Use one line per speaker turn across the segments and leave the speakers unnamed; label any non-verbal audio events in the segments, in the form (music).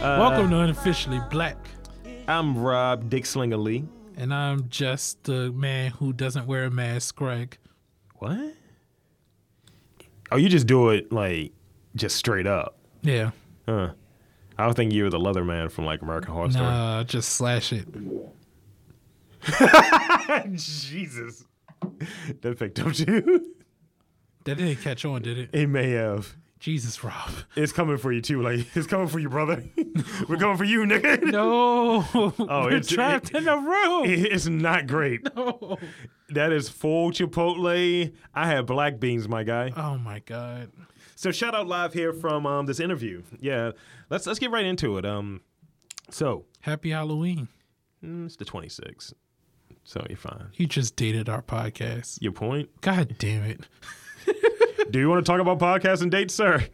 don't know unofficially black,
Uh, I'm Rob Dick Slinger Lee.
and I'm just the man who doesn't wear a mask, Greg.
What? Oh, you just do it like just straight up.
Yeah.
Huh. I don't think you were the leather man from like American Horror Story.
Nah, just slash it.
(laughs) Jesus. That picked up too. (laughs)
That didn't catch on, did it?
It may have. (laughs)
Jesus, Rob.
It's coming for you too. Like (laughs) it's coming for you, brother. (laughs) We're coming for you, nigga. (laughs)
(laughs) No. We're
it's-
trapped
Oh, it-
in a room.
It- It's not great.
oh.
That is full Chipotle. I had black beans, my guy.
(laughs) oh my God.
So shout out live here from um, this interview. Yeah, let's let's get right into it. Um, so
Happy Halloween.
mm, it's the 26th. So you're fine.
You just dated our podcast.
Your point.
God damn it.
Do you want to talk about podcasts and dates, sir?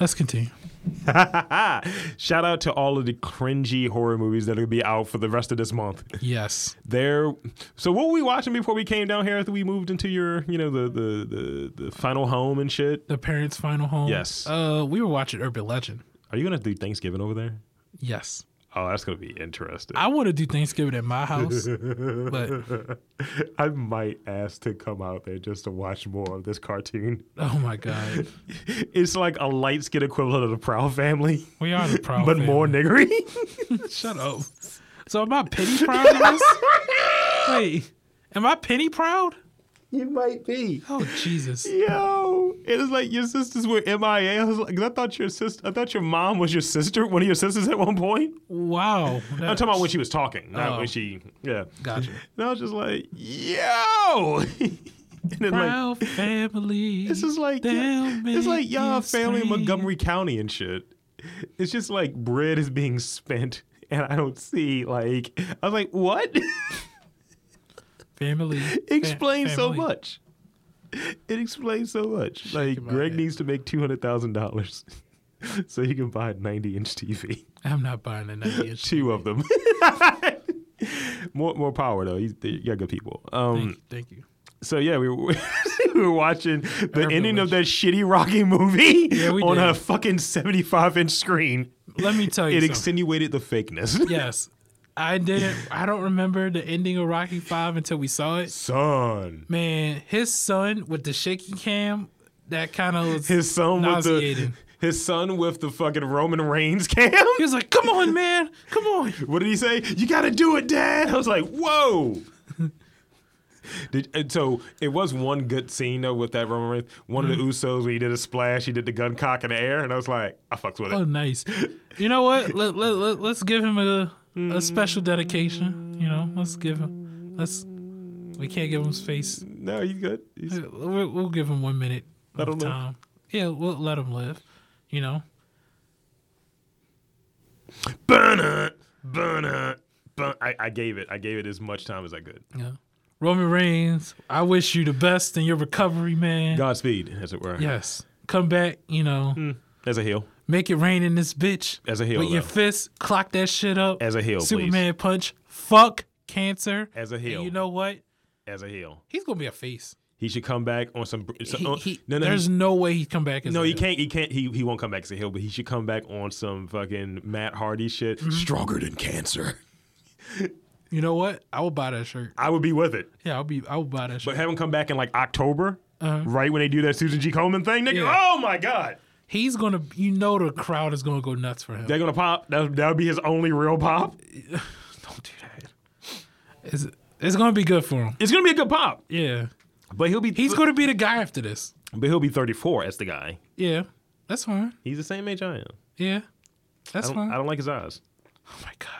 Let's continue.
Shout out to all of the cringy horror movies that are gonna be out for the rest of this month.
Yes.
There. So what were we watching before we came down here? After we moved into your, you know, the the the, the final home and shit.
The parents' final home.
Yes.
Uh, we were watching Urban Legend.
Are you gonna do Thanksgiving over there?
Yes.
Oh, that's gonna be interesting.
I want to do Thanksgiving at my
(laughs)
house, but
I might ask to come out there just to watch more of this cartoon.
oh my god,
(laughs) It's like a light skin equivalent of the Proud Family,
we are the proud.
but
family.
more niggery.
Shut up. So am I penny proud of this? Wait, am I penny proud?
(laughs) you might be.
Oh Jesus.
Yo, it is like your sisters were MIA. I, was like, 'cause I thought your sister, I thought your mom was your sister, one of your sisters at one point.
Wow.
I'm talking about when she was talking, not
Oh.
when she, yeah.
Gotcha.
And I was just like, yo. (laughs) and then like,
Proud family.
This is like
They'll
it's like
make
y'all
you
family in
scream.
Montgomery County and shit. It's just like bread is being spent, and I don't see like I was like, what? (laughs)
Family.
Explains
Fa-
so
family.
much. It explains so much. Like
my
Greg
head.
needs to make two hundred thousand dollars (laughs) so he can buy a ninety-inch TV,
I'm not buying a
(laughs)
ninety
two of them. (laughs) more more power though. He's, you're good people. Um,
Thank you. Thank you.
So yeah, we (laughs) were, we were watching the ending of that
Legend.
shitty Rocky movie
(laughs) Yeah, we
on
did.
a fucking seventy-five inch screen.
Let me tell you.
It
something.
extenuated the
(laughs)
fakeness.
Yes. I didn't I don't remember the ending of Rocky 5 until we saw it.
Son,
Man, his son with the shaky cam, that kind of was
his son with the
Nauseating.
his son with the fucking Roman Reigns (laughs) cam.
He was like, "Come on, man. Come on."
What did he say? You got to do it, Dad. I was like, whoa. (laughs) Did, and so it was one good scene though with that Roman Reigns. One of the Usos when he did a splash, he did the gun cock in the air, and I was like, I fucks with it.
Oh, nice. You know what? Let, let, let, let's give him a a special dedication, you know? Let's give him Let's We can't give him space.
no, he's good. He's,
We'll, we'll give him 1 minute
Let
of
him live.
time. Yeah, we'll let him live, you know.
Burner, burner, burn. I, I gave it. I gave it as much time as I could.
Yeah. Roman Reigns, I wish you the best in your recovery, man.
Godspeed, as it were.
Yes. Come back, you know,
As a heel.
make it rain in this bitch.
Hmm. As a heel,
With your
though.
fist, clock that shit up.
As a heel, please.
Superman punch. Fuck cancer.
As a
And
heel.
you know what?
As a heel.
He's going to be a face.
He should come back on some. so-
He,
on-
he,
no, no,
there's
he-
no way he'd come back as
no,
a
he
heel.
can't. He can't. He, he won't come back as a heel, but he should come back on some fucking Matt Hardy shit. Stronger than cancer.
You know what? I will buy that shirt.
I would be with it,
Yeah, I'll be. I will buy that shirt.
but have him come back in like October,
Uh-huh.
right when they do that Susan G. Coleman thing. Nigga,
Yeah.
oh my god,
He's gonna. You know the crowd is gonna go nuts for him.
they're gonna pop. That that would be his only real pop.
(sighs) Don't do that. It's, it's gonna be good for him.
It's gonna be a good pop,
Yeah.
but he'll be
He's gonna be the guy after this.
but he'll be 34 as the guy.
Yeah. That's fine.
He's the same age I am.
Yeah.
I
That's
don't,
fine.
I don't like his eyes.
oh my god.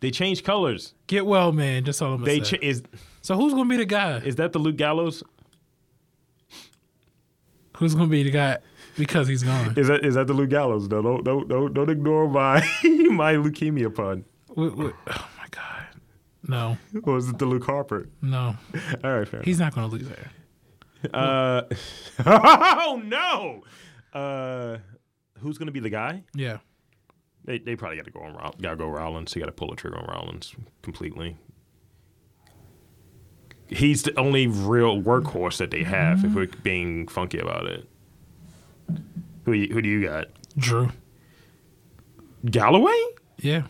They change colors.
Get well, man. That's all I'm gonna
They
say.
cha- is
so who's gonna be the guy?
is that the Luke Gallows?
Who's gonna be the guy? Because
(laughs)
he's gone.
Is that is that the Luke Gallows? No, don't don't don't, don't ignore my (laughs) my leukemia pun.
Wh- wh- oh my god. No,
Or is it the Luke Harper? (laughs)
no.
All right, fair.
He's not gonna lose there.
Uh, (laughs) oh no. Uh, who's gonna be the guy?
Yeah.
They, they probably got to go on Roll- gotta go Rollins. They got to pull the trigger on Rollins completely. He's the only real workhorse that they have. If we're being funky about it, who you, who do you got?
Drew.
Galloway?
Yeah.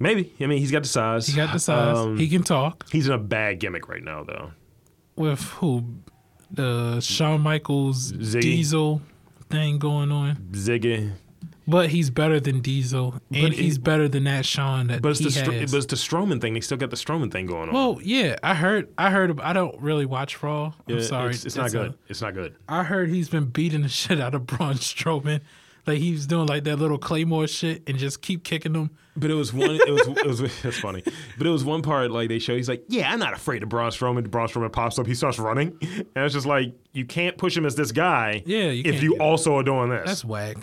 Maybe. I mean, he's got the size.
He got the size.
Um,
he can talk
he's in a bad gimmick right now, though.
with who? The Shawn Michaels
Ziggy.
Diesel thing going on.
Ziggy.
But he's better than Diesel, and
it-
he's better than that Sean that
But it's,
he
the, Str-
has.
but it's the Strowman thing. They still got the Strowman thing going on.
well, yeah, I heard. I heard. ab- I don't really watch Raw. I'm
Yeah,
sorry,
It's, it's not
a-
good. it's not good.
I heard he's been beating the (laughs) shit out of Braun Strowman. Like he was doing like that little Claymore shit and just keep kicking him.
But it was one. It was. It was. (laughs) That's funny. But it was one part like they show. He's like, "Yeah, I'm not afraid of Braun Strowman." Braun Strowman pops up. He starts running, and it's just like you can't push him as this guy.
Yeah, you
if
can't
you
do that.
also are doing this,
That's whack.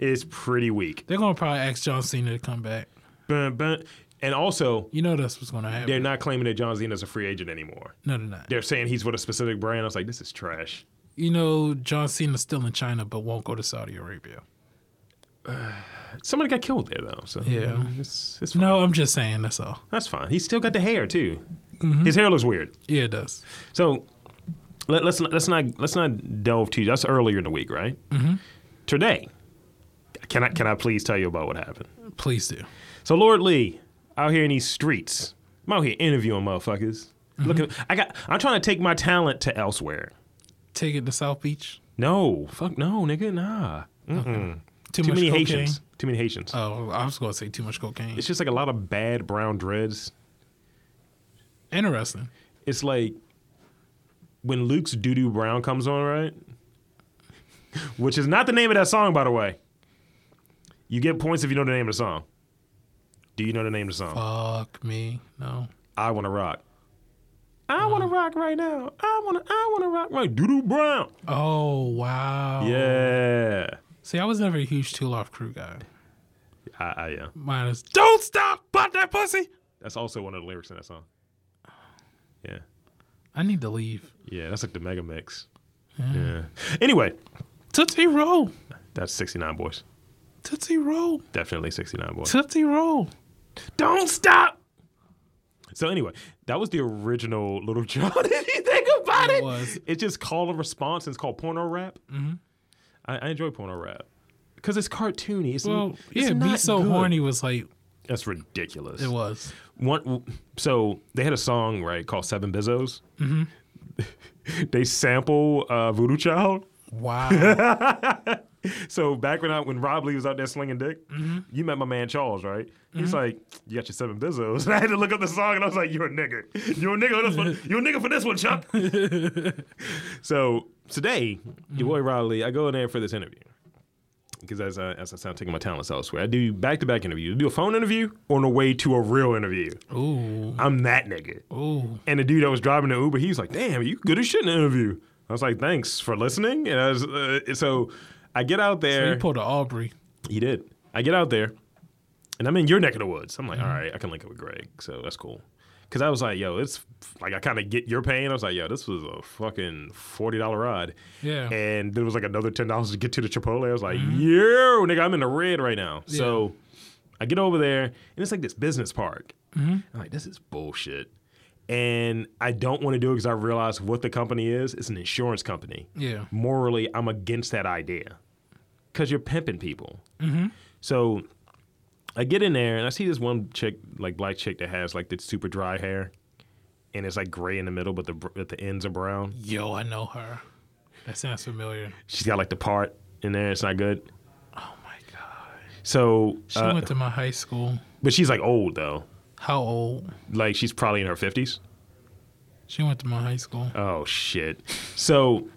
it's pretty weak.
They're gonna probably ask John Cena to come back.
Bun, bun. And also,
You know that's what's gonna happen.
they're not claiming that John Cena's a free agent anymore.
no, they're not.
They're saying he's with a specific brand. I was like, this is trash.
you know John Cena's still in China but won't go to Saudi Arabia.
Somebody got killed there though. So
Yeah.
it's, it's fine.
No, I'm just saying that's all.
that's fine. He's still got the hair too.
Mm-hmm.
His hair looks weird.
Yeah, it does.
So let, let's let's not let's not delve too. That's earlier in the week, right? Mm-hmm. Today, can I can I please tell you about what happened?
Please do.
So Lord Lee, out here in these streets, I'm out here interviewing motherfuckers.
Mm-hmm.
Look at I got. I'm trying to take my talent to elsewhere.
Take it to South Beach.
No, fuck no, nigga, nah.
Too,
Too
much
many
cocaine.
Haitians. Too many Haitians.
Oh, I was gonna say too much cocaine.
It's just like a lot of bad brown dreads.
Interesting.
it's like when Luke's Doo Doo Brown comes on, right? Which is not the name of that song, by the way. You get points if you know the name of the song. Do you know the name of the song?
Fuck me. No.
I Wanna Rock. I wanna rock right now. I wanna I wanna rock right. Doo Doo Brown.
Oh wow.
Yeah.
See, I was never a huge Tool Off Crew guy.
I, I yeah.
Mine is
Don't stop, pop that pussy. Oh. That's also one of the lyrics in that song. Yeah.
I need to leave.
Yeah, that's like the mega mix. Yeah. Anyway,
Tootsie Roll.
that's 69 boys.
Tootsie Roll.
Definitely 69 boys.
Tootsie Roll.
Don't stop. So anyway, that was the original Little (laughs) John. if you think about it,
It was.
it's just call and response. And it's called porno rap. Mm-hmm. I, I enjoy porno rap because it's cartoony. It's,
Well,
it's
yeah, Be
not
So
good.
Horny was like,
That's ridiculous.
it was.
One, so they had a song right called Seven Bizzos. Mm-hmm. (laughs) they sample uh, Voodoo Child. (laughs)
Wow.
So back when I, when Rob Lee was out there slinging dick, you met my man Charles, right? He's like, "You got your seven bizzos." (laughs) And I had to look up the song, and I was like, "You're a nigga. You're a nigga for this one. You're a nigga for this one, Chuck." so today, your boy Rob Lee, I go in there for this interview because as I, as I sound taking my talents elsewhere, I do back to back interviews. I do a phone interview on the way to a real interview.
Oh. Ooh.
I'm that nigga.
Ooh.
And the dude that was driving the Uber, he was like, "Damn, you good as shit in the interview." I was like, "Thanks for listening." And I was, uh, so I get out there.
He pulled an Aubrey.
He did. I get out there, and I'm in your neck of the woods. I'm like, all right, I can link up with Greg, so that's cool. Because I was like, yo, it's like I kind of get your pain. I was like, yo, this was a fucking forty dollar ride,
Yeah.
and there was like another ten dollars to get to the Chipotle. I was like, yo, nigga, I'm in the red right now. So I get over there, and it's like this business park. I'm like, this is bullshit. And I don't want to do it because I realize what the company is. It's an insurance company
yeah.
morally I'm against that idea because you're pimping people.
Mm-hmm.
So I get in there and I see this one chick, like black chick that has like the super dry hair, and it's like gray in the middle, but the br- but the ends are brown.
Yo, I know her. That sounds familiar.
She's got like the part in there. It's not good.
Oh my God.
So,
She
uh,
went to my high school.
but she's like old though.
How old?
Like she's probably in her fifties.
She went to my high school.
Oh shit. So,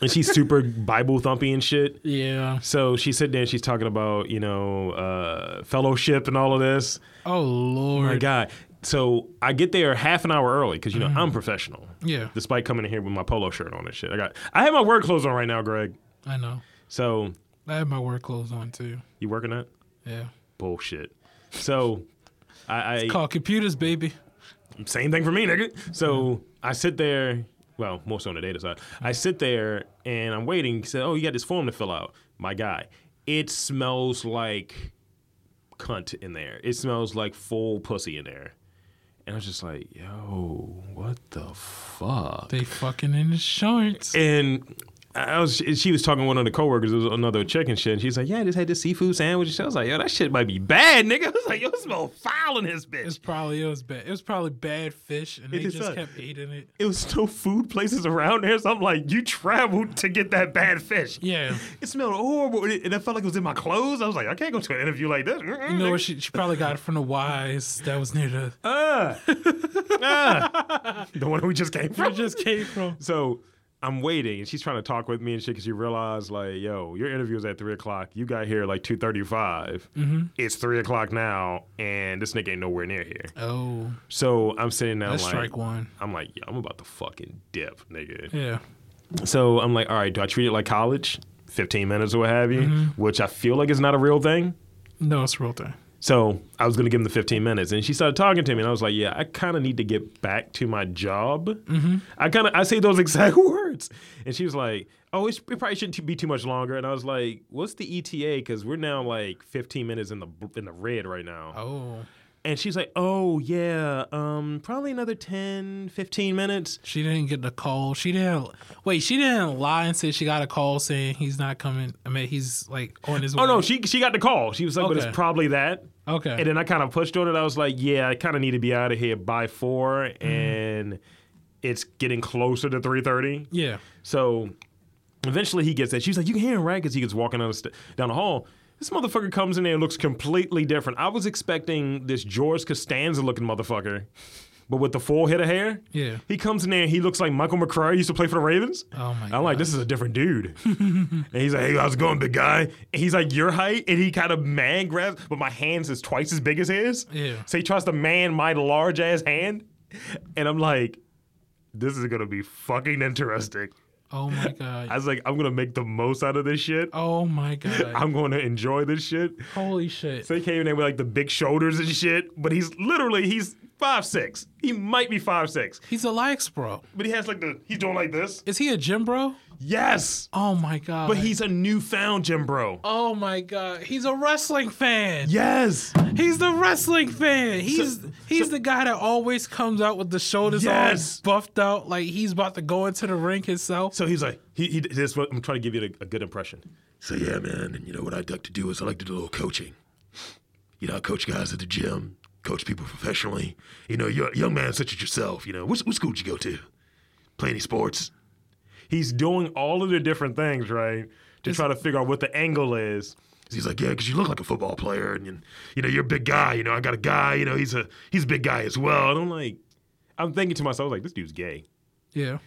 and she's super Bible thumpy and shit.
Yeah.
So she's sitting there and she's talking about you know uh, fellowship and all of this.
Oh,
My
Lord.
God. So I get there half an hour early because you know I'm professional.
Yeah.
Despite coming in here with my polo shirt on and shit, I got I have my work clothes on right now, Greg.
I know.
So
I had my work clothes on too.
you working that
Yeah.
bullshit? So I, I
Call computers, baby.
same thing for me, nigga. So I sit there. Well, more so on the data side. I sit there and I'm waiting. He said, "Oh, you got this form to fill out." My guy, it smells like cunt in there. It smells like full pussy in there. And I was just like, "Yo, what the fuck?"
They fucking in insurance.
and I was, she was talking to one of the coworkers, it was another chicken shit, and she's like, "Yeah, I just had this seafood sandwich." And I was like, "Yo, that shit might be bad, nigga." (laughs) I was like, "Yo, it smell foul in this bitch."
It's probably it was bad. It was probably bad fish, and they
is
just
not-
kept eating (laughs) it.
It was no food places around there, so I'm like, "You traveled to get that bad fish."
Yeah,
It smelled horrible, and it, and it felt like it was in my clothes. I was like, "I can't go to an interview like this." Mm-mm,
you know where
nigga.
she, she probably got it from the wise that was near the
(laughs) Ah. Ah. the one we just came
where
from.
(laughs) it just came from.
So I'm waiting, and she's trying to talk with me and shit because she realized like, yo, your interview is at three o'clock. You got here like two It's three o'clock now, and this nigga ain't nowhere near here.
Oh,
So I'm sitting down
that's
like.
strike one.
I'm like, yo, I'm about to fucking dip, nigga.
Yeah,
So I'm like, all right, do I treat it like college? 15 minutes or what have you,
Mm-hmm.
which I feel like is not a real thing.
no, it's a real thing.
So I was going to give him the 15 minutes, and she started talking to me, and I was like, "Yeah, I kind of need to get back to my job."
Mm-hmm.
I kind of I say those (laughs) exact words, and she was like, "Oh, it's, it probably shouldn't be too much longer." And I was like, "What's the E ETA?" Because we're now like 15 minutes in the in the red right now.
Oh,
And she's like, "Oh yeah, um, probably another 10, 15 minutes."
she didn't get the call. She didn't wait. She didn't lie and say she got a call saying he's not coming. I mean, he's like on his way.
Oh no, she she got the call. She was like, "But
Okay. Oh,
it's probably that."
Okay.
And then I kind of pushed on it. I was like, yeah, I kind of need to be out of here by four, and it's getting closer to three thirty.
yeah.
So eventually he gets that. She's like, you can hear him, right? Because he gets walking down the, st- down the hall. This motherfucker comes in there and looks completely different. I was expecting this George Costanza looking motherfucker, but with the full head of hair.
Yeah.
He comes in there and he looks like Michael McCray used to play for the Ravens.
Oh my
I'm like, this is a different dude. (laughs) and he's like, hey, how's it going, big guy? And he's like, your height? And he kind of man grabs, but my hands is twice as big as his.
Yeah.
So he tries to man my large ass hand. And I'm like, this is gonna be fucking interesting.
Oh
(laughs)
my
I
god.
was like, I'm gonna make the most out of this shit.
Oh my god.
(laughs) I'm gonna enjoy this shit.
Holy shit.
So he came in there with like the big shoulders and shit, but he's literally he's five six. He might be five six,
He's a likes bro.
but he has like the he's doing like this.
Is he a gym bro?
Yes,
Oh my god.
but he's a newfound Jim bro.
Oh my god. He's a wrestling fan.
Yes,
He's the wrestling fan. He's he's the guy that always comes out with the shoulders
Yes.
all buffed out, like he's about to go into the ring himself.
So he's like, he, he this, what- I'm trying to give you a, a good impression. So yeah, man, and you know what I'd like to do is I like to do a little coaching. You know, I coach guys at the gym, coach people professionally. You know, you're a young man such as yourself, you know, what, what school did you go to? Play any sports? He's doing all of the different things, right, to try to figure out what the angle is. He's like, yeah, because you look like a football player, and, and you know, you're a big guy. You know, I got a guy. You know, he's a he's a big guy as well. And I'm like, I'm thinking to myself, like, this dude's gay.
Yeah.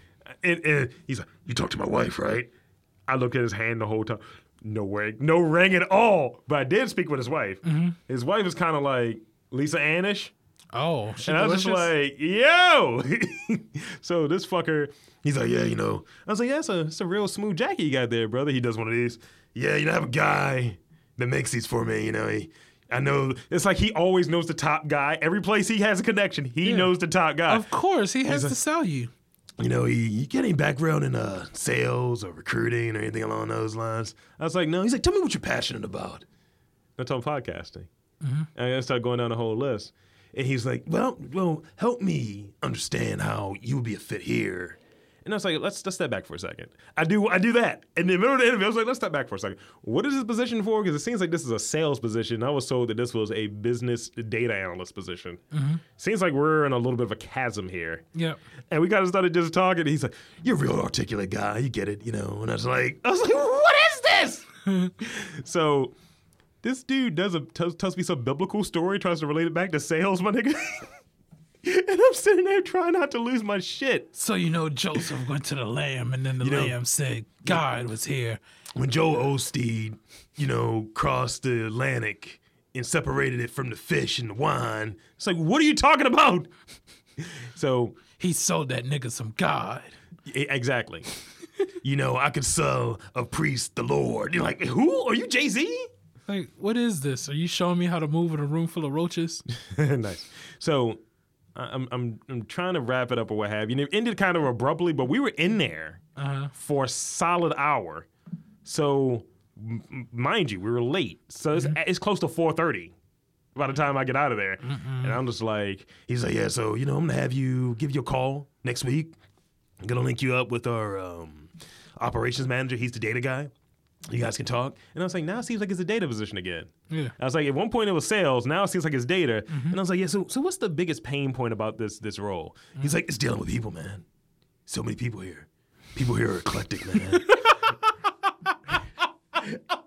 And, and he's like, "You talked to my wife, right?" I looked at his hand the whole time. No ring, no ring at all. But I did speak with his wife.
Mm-hmm.
His wife is kind of like Lisa Annish,
Oh, she
and I was just
delicious?
like, "Yo!" (laughs) so this fucker, he's like, "Yeah, you know." I was like, "Yeah, it's a, it's a real smooth jacket you got there, brother." He does one of these. Yeah, you know, I have a guy that makes these for me. You know, he. I know it's like he always knows the top guy. Every place he has a connection, he knows the top guy
Of course, he has to sell you.
you know, you, you get any background in uh, sales or recruiting or anything along those lines? I was like, no. He's like, tell me what you're passionate about. I told him podcasting. And I started going down the whole list. And he's like, well, well, help me understand how you would be a fit here. And I was like, let's, let's step back for a second. I do I do that. And in the middle of the interview, I was like, let's step back for a second. What is this position for? Because it seems like this is a sales position. I was told that this was a business data analyst position. Seems like we're in a little bit of a chasm here.
Yep.
And we kind of started just talking. He's like, "You're a real articulate guy. You get it, you know." And I was like, "I was like, what is this?" (laughs) so this dude does a tells, tells me some biblical story, tries to relate it back to sales, my nigga. (laughs) and I'm sitting there trying not to lose my shit.
So you know Joseph went to the lamb and then the
know-
lamb said, God was here.
When Joe Osteen, you know, crossed the Atlantic and separated it from the fish and the wine, it's like, what are you talking about? (laughs) so
He sold that nigga some God.
E- Exactly. you know, I could sell a priest the Lord. You're like, who? Are you Jay Z?
Like, what is this? Are you showing me how to move in a room full of
(laughs)
roaches?
(laughs) nice. So I- I'm, I'm, I'm trying to wrap it up or what have you. And it ended kind of abruptly, but we were in there for a solid hour. So m- m- mind you, we were late. So it's, it's close to 4.30 by the time I get out of there. And I'm just like, he's like, yeah, so, you know, I'm going to have you give you a call next week. I'm going to link you up with our, um, operations manager. He's the data guy. You guys can talk. And I was like, now it seems like it's a data position again.
Yeah.
I was like, at one point it was sales. Now it seems like it's data. And I was like, yeah. So, so what's the biggest pain point about this this role? He's like, it's dealing with people, man. So many people here. People here are eclectic, man.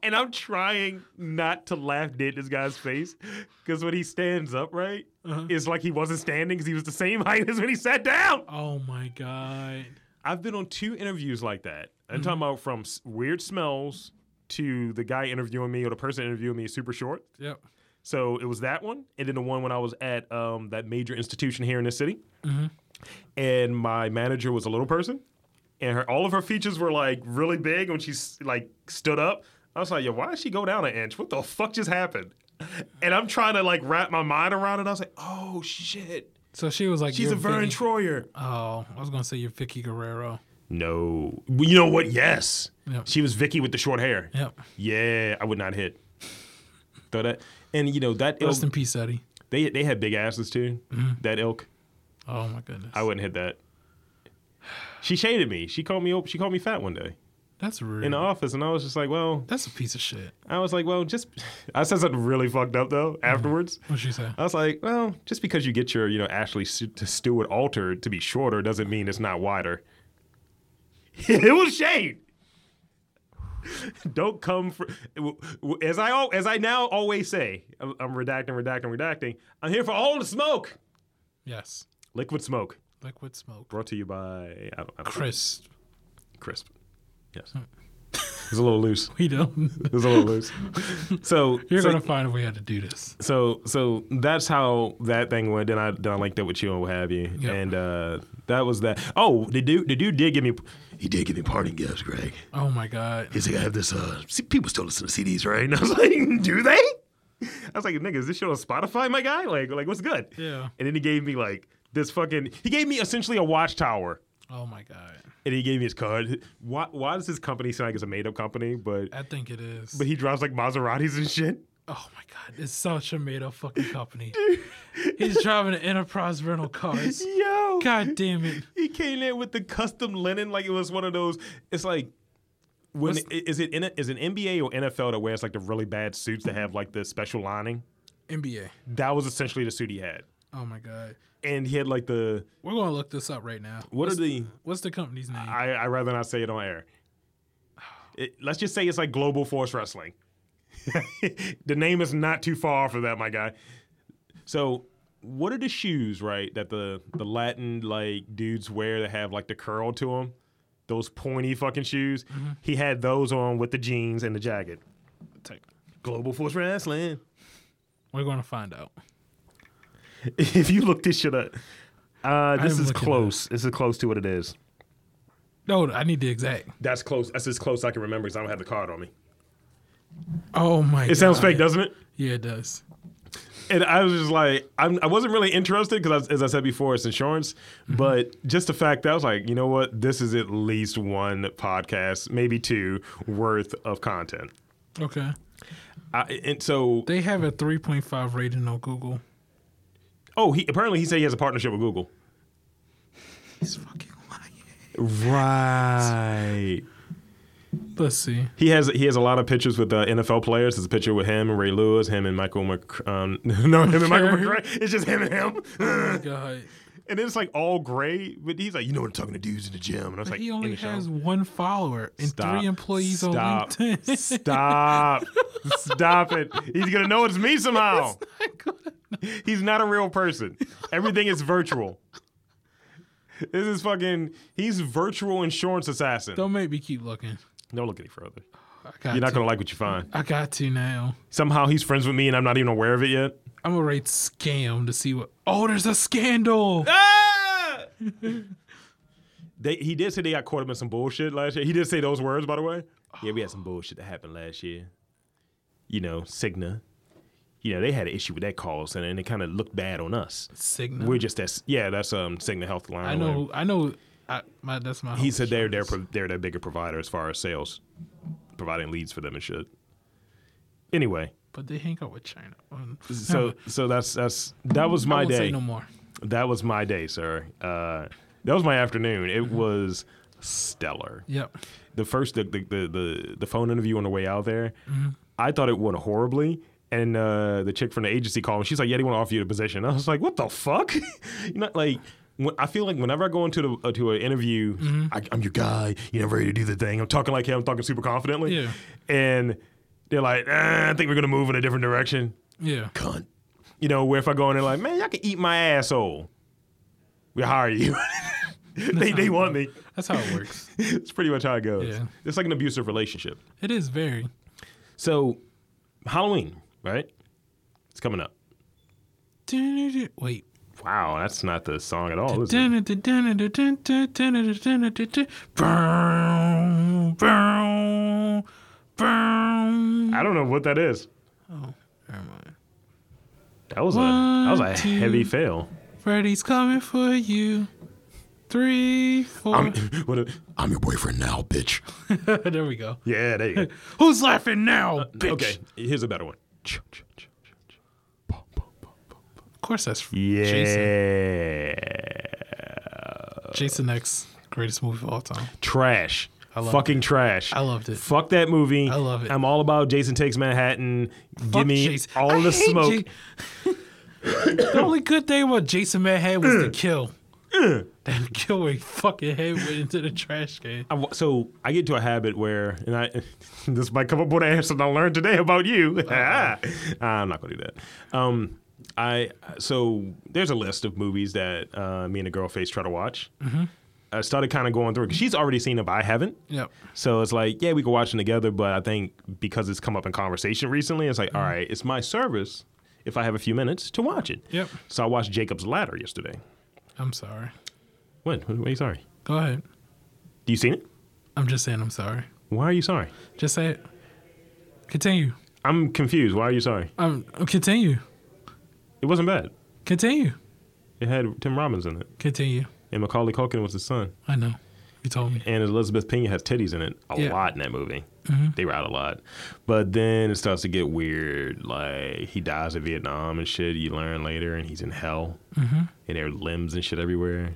and I'm trying not to laugh dead in this guy's face because when he stands up, right, it's like he wasn't standing because he was the same (laughs) height as when he sat down.
Oh my god.
I've been on two interviews like that. I'm talking about from s- weird smells to the guy interviewing me or the person interviewing me is super short.
Yep.
So it was that one, and then the one when I was at um, that major institution here in the city, and my manager was a little person, and her all of her features were like really big when she s- like stood up. I was like, "Yo, why did she go down an inch? What the fuck just happened?" And I'm trying to like wrap my mind around it. I was like, "Oh shit,
So she was like,
she's
you're
a Vern
Vicky-
Troyer."
Oh, I was gonna say you're Vicky Guerrero.
No, Well, you know what? Yes,
Yep.
she was Vicky with the short hair.
Yep.
Yeah, I would not hit. Throw that, and you know that
Rest
ilk,
in Mm-hmm. peace, Eddie.
they they had big asses too. That ilk.
Oh my goodness.
I wouldn't hit that. She shaded me. She called me op- she called me fat one day
That's rude.
in the office, and I was just like, well,
That's a piece of shit.
I was like, well, just I said something really fucked up though afterwards.
What she say?
I was like, well, just because you get your you know Ashley Stu- Stewart altered to be shorter doesn't mean it's not wider. (laughs) it was shade. Don't come for w- w- as I al- as I now always say. I'm, I'm redacting, redacting, redacting. I'm here for all the smoke.
Yes.
Liquid smoke.
Liquid smoke.
Brought to you by I don't, I don't
Crisp.
crisp. Yes.
Hmm.
It's a little loose.
We don't.
It's a little loose. So
(laughs) You're
so,
gonna find a way how to do this.
so so that's how that thing went. Then I then I linked up with you and what have you.
Yeah.
And uh, that was that. Oh, the dude the dude did give me he did give me parting gifts, Greg.
Oh my god.
He's like, I have this uh see, people still listen to CDs, right? And I was (laughs) like, Do they? I was like, nigga, is this shit on Spotify, my guy? Like like what's good?
Yeah.
And then he gave me like this fucking he gave me essentially a watchtower.
Oh my god.
And he gave me his card. Why, why does his company sound like it's a made up company? But
I think it is.
But he drives like Maseratis and shit.
oh my god. It's such a made up fucking
(laughs)
company. He's driving an enterprise rental cars.
Yo,
God damn it.
he came in with the custom linen like it was one of those. It's like when
What's-
i- is it in a, is it NBA or NFL that wears like the really bad suits that have like the special lining?
NBA.
That was essentially the suit he had,
Oh my god.
and he had like the
We're gonna look this up right now.
what
what's,
are the?
what's the company's name?
I I rather not say it on air. It, let's just say it's like Global Force Wrestling. (laughs) the name is not too far for that, my guy. So, what are the shoes, right, that the the Latin like dudes wear that have like the curl to them? Those pointy fucking shoes. He had those on with the jeans and the jacket. Global Force Wrestling.
We're gonna find out.
(laughs) if you look this shit up, uh, this
am
is
looking it
close. This is close to what it is.
No, I need the exact.
That's close. That's as close I can remember because I don't have the card on me.
Oh my.
It sounds fake, doesn't it?
Yeah, it does.
and I was just like, I'm, I wasn't really interested because, as I said before, it's insurance.
Mm-hmm.
But just the fact that I was like, you know what, this is at least one podcast, maybe two worth of content.
Okay.
I, and so,
They have a 3.5 rating on Google.
oh, he apparently he said he has a partnership with Google.
He's fucking lying.
Right.
Let's see.
He has he has a lot of pictures with uh, NFL players. There's a picture with him and Ray Lewis, him and Michael Mc, um, (laughs) no, him and Michael
Okay.
McCray. It's just him and him. (laughs)
Oh my God.
and it's like all gray, but he's like, you know, I'm talking to dudes in the gym, and I was like,
He
in
only
the shower.
has one follower and
Stop.
three employees
Stop.
on LinkedIn. (laughs)
Stop. Stop it. He's going to know it's me somehow. He's not a real person. Everything is virtual. This is fucking, he's virtual insurance assassin. Don't,
Don't make me keep looking.
look any further.
I got
You're not
to.
going to like what you find.
I got to now.
Somehow he's friends with me and I'm not even aware of it yet.
I'm gonna rate scam to see what. Oh, there's
(laughs)
a scandal.
Ah! (laughs) they, he did say they got caught up in some bullshit last year. He did say those words, by the way. Yeah, we had some bullshit that happened last year. You know, Cigna. You know, they had an issue with that call center, and it kind of looked bad on us.
Signal.
We're just that's yeah, that's um Cigna Health Line.
I know. I know. I, my, that's my.
He
home
said they're they're
insurance.
pro- they're their bigger provider as far as sales, providing leads for them and shit. Anyway,
But they hang out with China. Um,
so
(laughs)
so that's that's that was
I
my
won't
day.
say no more.
That was my day, sir. Uh, that was my afternoon. It was stellar.
Yep.
The first the the the, the, the phone interview on the way out there, I thought it went horribly. And uh, the chick from the agency called me. She's like, "Yeah, they want to offer you the position." I was like, "What the fuck?" (laughs) you know, like when, I feel like whenever I go into the, uh, to an interview, I, I'm your guy. You never ready to do the thing. I'm talking like him. I'm talking super confidently.
Yeah.
And they're like, "Eh, "I think we're gonna move in a different direction."
Yeah.
cunt. You know, where if I go in there like, man, y'all can eat my asshole. We hire you. (laughs) they they want me.
That's how
(laughs)
it works.
It's pretty much how it goes.
Yeah.
It's like an abusive relationship.
it is very.
So Halloween, right? It's coming up.
Wait.
Wow, that's not the song at all. Is it?
Oh,
I don't know what that is.
Oh, never mind.
That was a that was
One,
a
two.
heavy fail.
Freddy's coming for you. Three, four. (laughs)
I'm, what a,
I'm your boyfriend now, bitch.
there we go.
yeah, there you go.
Who's laughing now, bitch?
Okay, here's a better one.
Of course, that's
Yeah.
Jason. Jason X, greatest movie of all time.
trash.
loved
Fucking trash.
I loved it.
Fuck that movie.
I love it.
I'm all about Jason Takes Manhattan. Give
Fuck
me
Jason.
all
I
the
hate
smoke.
Ja- the only good thing about Jason Manhattan was the kill. that kill where he fucking head went into the trash can.
I wa- so I get to a habit where, and I (laughs) this might come up with an answer that I learned today about you.
Uh-huh.
(laughs) I'm not gonna do that. Um, I so there's a list of movies that uh, me and a girl face try to watch.
Mm-hmm.
I started kind of going through 'cause she's already seen them, but I haven't.
Yep.
So it's like, yeah, we can watch them together, but I think because it's come up in conversation recently, it's like, all right, it's my service if I have a few minutes to watch it.
Yep.
So I watched Jacob's Ladder yesterday.
I'm sorry.
When? Why are you sorry?
Go ahead.
Do you seen it?
I'm just saying I'm sorry.
Why are you sorry?
Just say it. Continue.
I'm confused. Why are you sorry?
Um, continue.
It wasn't bad.
Continue.
It had Tim Robbins in it,
Continue.
and Macaulay Culkin was his son,
I know. You told me.
and Elizabeth Pena has titties in it a
Yeah. Mm-hmm.
lot in that movie. They were out a lot, but then it starts to get weird. Like he dies in Vietnam and shit. You learn later, and he's in hell,
Mm-hmm.
and there are limbs and shit everywhere.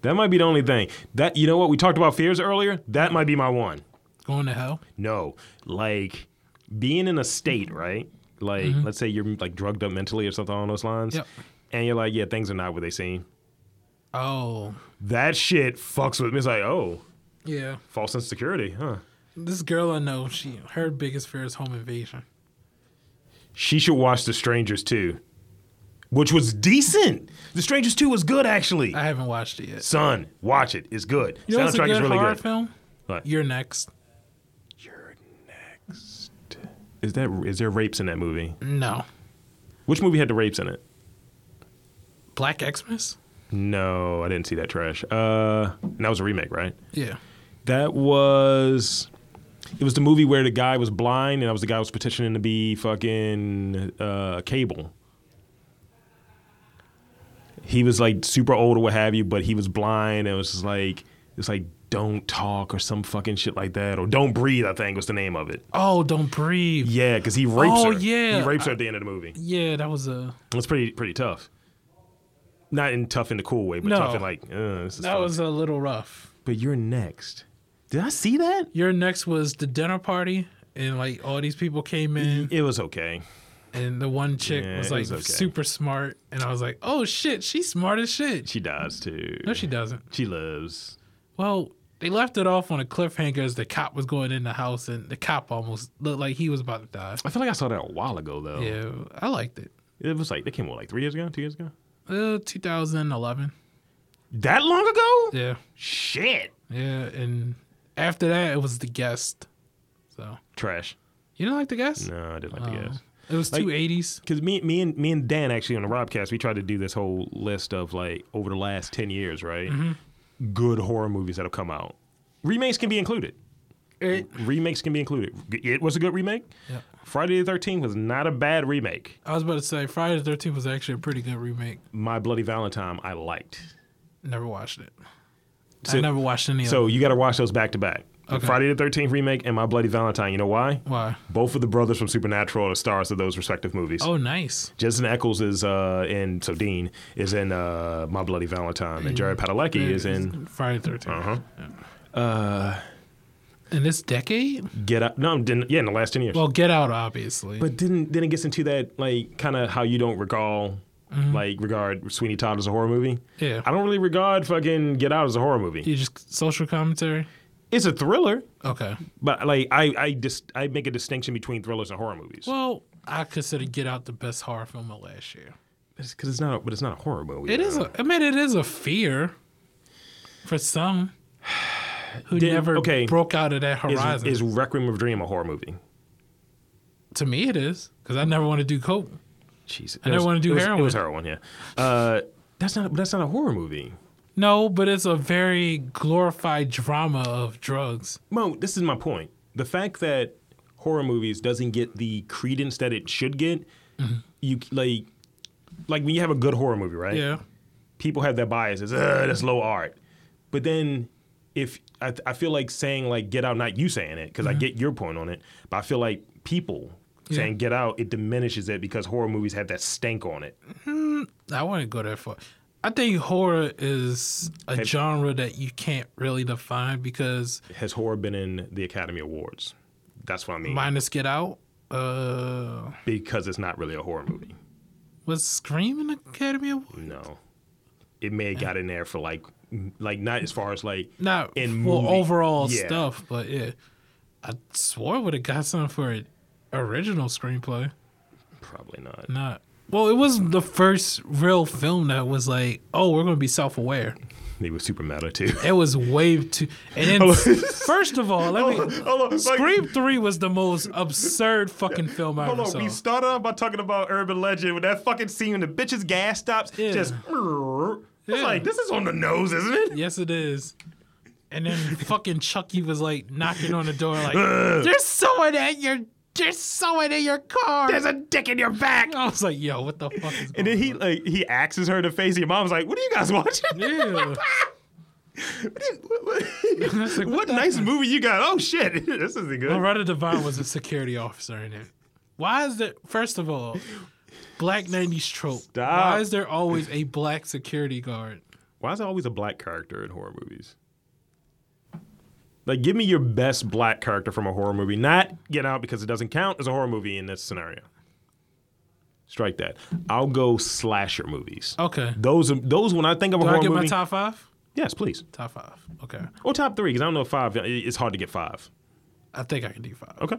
That might be the only thing. That you know what we talked about fears earlier. That might be my one.
Going to hell.
No, like being in a state, right? Like, let's say you're like drugged up mentally or something along those lines,
Mm-hmm. Yep.
and you're like, yeah, things are not what they seem.
Oh.
That shit fucks with me. It's like, oh,
Yeah.
false insecurity, huh?
This girl I know, she her biggest fear is home invasion.
She should watch The Strangers too, which was decent. The Strangers too was good actually.
I haven't watched it yet.
Son, watch it. It's good.
You know what's a
Soundtrack
good
is really
horror
good.
film?
What?
You're next.
You're next. Is that is there rapes in that movie?
No.
Which movie had the rapes in it?
Black Xmas?
No, I didn't see that trash. Uh, and that was a remake, right?
Yeah.
That was. It was the movie where the guy was blind, and I was the guy who was petitioning to be fucking uh, cable. He was like super old or what have you, but he was blind, and it was just like it's like don't talk or some fucking shit like that, or don't breathe. I think was the name of it.
Oh, don't breathe. Yeah,
Yeah, because he rapes
Oh,
her.
yeah.
he rapes her at the end of the movie.
that was a
It's pretty pretty tough. Not in tough in the cool way, but
No.
tough in like uh, this is
that
fucked.
was a little rough.
But you're next. Did I see that?
Your next was the dinner party and like all these people came in
It was okay.
and the one chick
Yeah,
was
it
like
was okay.
super smart and I was like, "Oh shit, she's smart as shit."
She dies too.
No, she doesn't.
She lives.
Well, they left it off on a cliffhanger as the cop was going in the house and the cop almost looked like he was about to die.
I feel like I saw that a while ago though.
Yeah, I liked it.
It was like they came out like three years ago, two years ago.
Uh, 2011.
That long ago?
Yeah.
Shit.
Yeah, and after that, it was the guest. So
Trash.
you didn't like the guest?
No, I didn't like
Oh.
the guess.
It was
Like-
two eighties.
Cause me, me and me and Dan actually on the Robcast, we tried to do this whole list of like over the last ten years, right?
Mm-hmm.
Good horror movies that have come out. Remakes can be included. Remakes can be included. It was a good remake.
Yeah.
Friday the Thirteenth was not a bad remake.
I was about to say Friday the Thirteenth was actually a pretty good remake.
My Bloody Valentine, I liked.
Never watched it.
So-
I never watched any of
So
it.
you got to watch those back to back. The
Okay.
Friday the Thirteenth remake and My Bloody Valentine. You know why?
Why?
Both of the brothers from Supernatural are the stars of those respective movies.
Oh, nice.
Jensen Ackles is uh, in, so
Mm.
Dean is in uh, My Bloody Valentine, and Jared Padalecki is in.
Friday the Thirteenth.
Uh huh. Uh,
in this decade?
Get Out. No, didn't, yeah, in the last ten years.
Well, Get Out, obviously.
but then then it gets into that like kind of how you don't recall like regard Sweeney Todd as a horror movie.
Mm-hmm. yeah.
I don't really regard fucking Get Out as a horror movie.
You just social commentary?
It's a thriller,
Okay.
but like I I dis- I make a distinction between thrillers and horror movies.
Well, I consider Get Out the best horror film of last year.
Because it's, not, a, but it's not a horror movie.
It is. A, I mean, it is a fear for (sighs) some who
Did-
never
okay.
broke out of that horizon.
Is, is Requiem of a Dream a horror movie?
to me, it is because I never want to do coke.
Jesus,
I never wanna do
it was,
heroin.
It was heroin, yeah. Uh, that's not that's not a horror movie.
No, but it's a very glorified drama of drugs.
Mo, this is my point. The fact that horror movies doesn't get the credence that it should get,
Mm-hmm.
you like, like when you have a good horror movie, right?
Yeah.
people have their biases. Ugh, that's low art. But then, if I, th- I feel like saying like Get Out, not you saying it, because I get your point on it, but I feel like people
Mm-hmm. Yeah.
saying Get Out, it diminishes it because horror movies have that stank on it.
I wouldn't go that far. I think horror is a
Have-
genre that you can't really define because
Has horror been in the Academy Awards? That's what I mean.
minus Get Out, uh,
because it's not really a horror movie.
was Scream an Academy Award?
No, it may have got in there for like, m- like not as far as like
Not
In
well
movie,
overall
yeah.
stuff, but yeah, I swore would have got something for it. Original screenplay,
probably not.
not well. It was the first real film that was like, oh, we're gonna be self-aware.
They were super meta too.
It was way too. And
Oh.
then, first of
(laughs)
all, let me.
(laughs) Hold on,
Scream Three was the most absurd fucking film I
Hold
ever
on, we
saw.
started off by talking about Urban Legend with that fucking scene when the bitch's gas stops.
Yeah.
Just, it's
Yeah.
like this is on the nose, isn't it?
Yes, it is. And then
(laughs)
fucking Chucky was like knocking on the door, like,
Ugh.
"There's someone at your, there's someone in your car."
There's a dick in your back.
I was like, "Yo, what the fuck is?"
And
Going
then he like he axes her in the face. Your mom's like, "What are you guys watching? (laughs)
on?
What is- what- what-
(laughs) That's like,
what
what the
nice movie you got? Oh shit, (laughs) this isn't good."
Loretta Devine was a security officer in it. Why is there? First of all, black '90s trope.
Stop.
Why is there always a black security guard?
Why is there always a black character in horror movies? Like, give me your best black character from a horror movie, not Get Out because it doesn't count as a horror movie in this scenario. Strike that. I'll go slasher movies.
Okay.
Those, are- those when I think of a
Do I
horror
get
movie,
my top five?
yes, please,
Top five. Okay.
or top three because I don't know five. it- It's hard to get five.
I think I can do five.
Okay.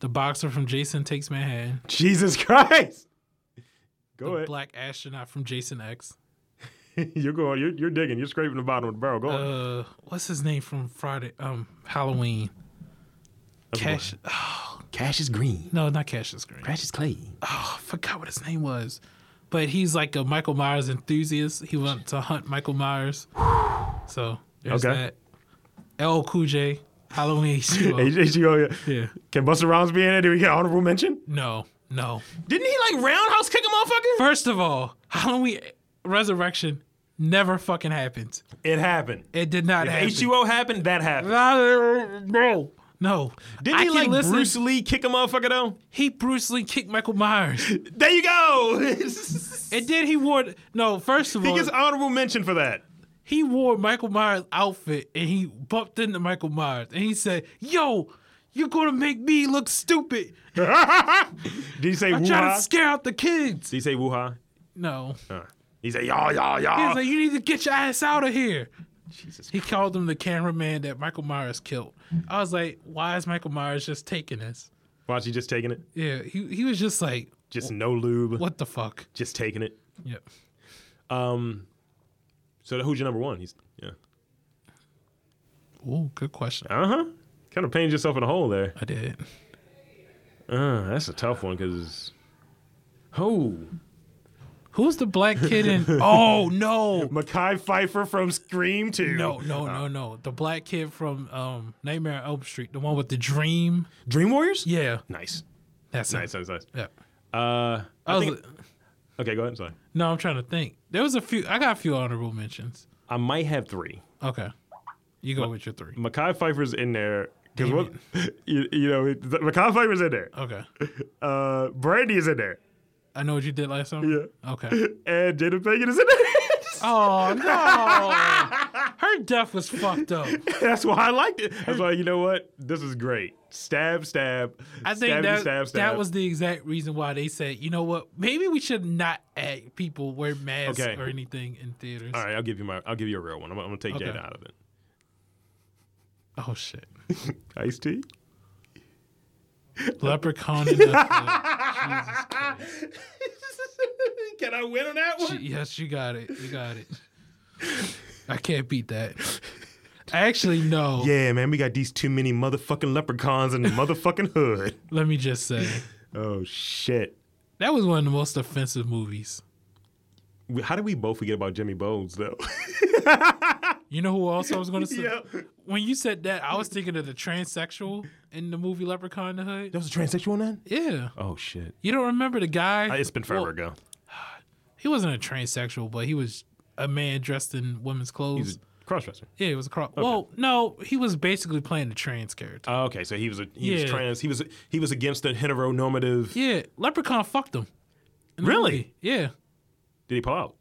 The boxer from Jason Takes Manhattan.
Jesus (laughs) Christ.
The
Go ahead.
black astronaut from Jason X.
(laughs) you're going. You're, you're digging. You're scraping the bottom of the barrel. Go on.
Uh, what's his name from Friday? Um, Halloween.
That's a good
Cash.
Cash is green.
No, not Cassius Green.
Cash is clay.
Oh, I forgot what his name was. But he's like a Michael Myers enthusiast. He went to hunt Michael Myers. (sighs) So there's
Okay.
that. L. Cool J. Halloween. H2O. Yeah.
Can Buster Rhymes be in it? Do we get honorable mention?
No. No.
Didn't he like roundhouse kick a motherfucker?
First of all, Halloween Resurrection never fucking happened.
It happened. Uh,
It did not happen.
H2O happened, that happened.
No. No.
Didn't
I
he
can
like
listen-
Bruce Lee kick a motherfucker though?
He Bruce Lee kicked Michael Myers.
(laughs) There you (laughs) go.
And then he wore no. First of
he
all,
gets honorable mention for that.
he wore Michael Myers' outfit, and he bumped into Michael Myers, and he said, "Yo, you're gonna make me look stupid.
Did he say
I'm trying to
woo-ha?
scare out the kids."
Did he say woo-ha?
No,
Uh, he said y'all, y'all,
he
y'all.
was like, "You need to get your ass out of here."
Jesus.
He called him the cameraman that Michael Myers killed. I was like, "Why is Michael Myers just taking this?"
Watch, he just taking it.
Yeah, he he was just like,
Just no lube.
"What the fuck?"
Just taking it.
Yeah,
Um. So who's your number one? He's yeah.
Ooh, good question.
Uh huh. Kind of painted yourself in a hole there.
I did.
Uh, that's a tough one because. Oh.
Who's the black kid in? Oh no.
Mackay Pfeiffer from Scream 2.
No, no, no, no. The black kid from um, Nightmare on Elm Street, the one with the dream.
Dream Warriors?
Yeah,
Nice.
that's
Nice,
nice.
nice, nice.
Yeah.
Uh, I
I was,
think, okay, go ahead. Sorry.
no, I'm trying to think. There was a few. I got a few honorable mentions.
I might have three.
Okay, you go with your three.
Mackay Pfeiffer's in there. Because
Damn
what? (laughs) You, you know, it- Mackay Pfeiffer's in there.
Okay,
Uh, Brandy is in there.
I know what you did last summer.
(laughs) Yeah.
Okay.
(laughs) Oh. And Jada Pinkett is in there.
Oh no, her her death was fucked up.
That's why I liked it. That's why you know what? This is great. Stab, stab.
I think
stabby,
that
stab, stab.
that was the exact reason why they said, you know what, maybe we should not act people wear masks
Okay.
or anything in theaters.
All right, I'll give you my. I'll give you a real one. I'm, I'm gonna take
Okay.
Jada out of it.
Oh shit.
Ice tea.
Leprechaun in the
(laughs) Can I win on that
She- Yes, you got it. You got it. I can't beat that. Actually, no.
Yeah, man, we got these too many motherfucking leprechauns in the motherfucking hood.
Let me just say
Oh shit!
that was one of the most offensive movies.
We- How did we both forget about Jimmy Bones though? (laughs)
You know who else I was going to say?
yeah,
When you said that, I was thinking of the transsexual in the movie Leprechaun in the Hood.
there was a transsexual then.
Yeah.
Oh shit!
You don't remember the guy?
It's been forever
Well,
ago.
he wasn't a transsexual, but he was a man dressed in women's clothes.
He's a crossdresser.
yeah, he was a cross. Well, no, he was basically playing the trans character.
Oh, okay, so he was a he was
Yeah.
trans. He was he was against the heteronormative.
yeah, Leprechaun fucked him. in the
Really?
movie. Yeah.
Did he pull out?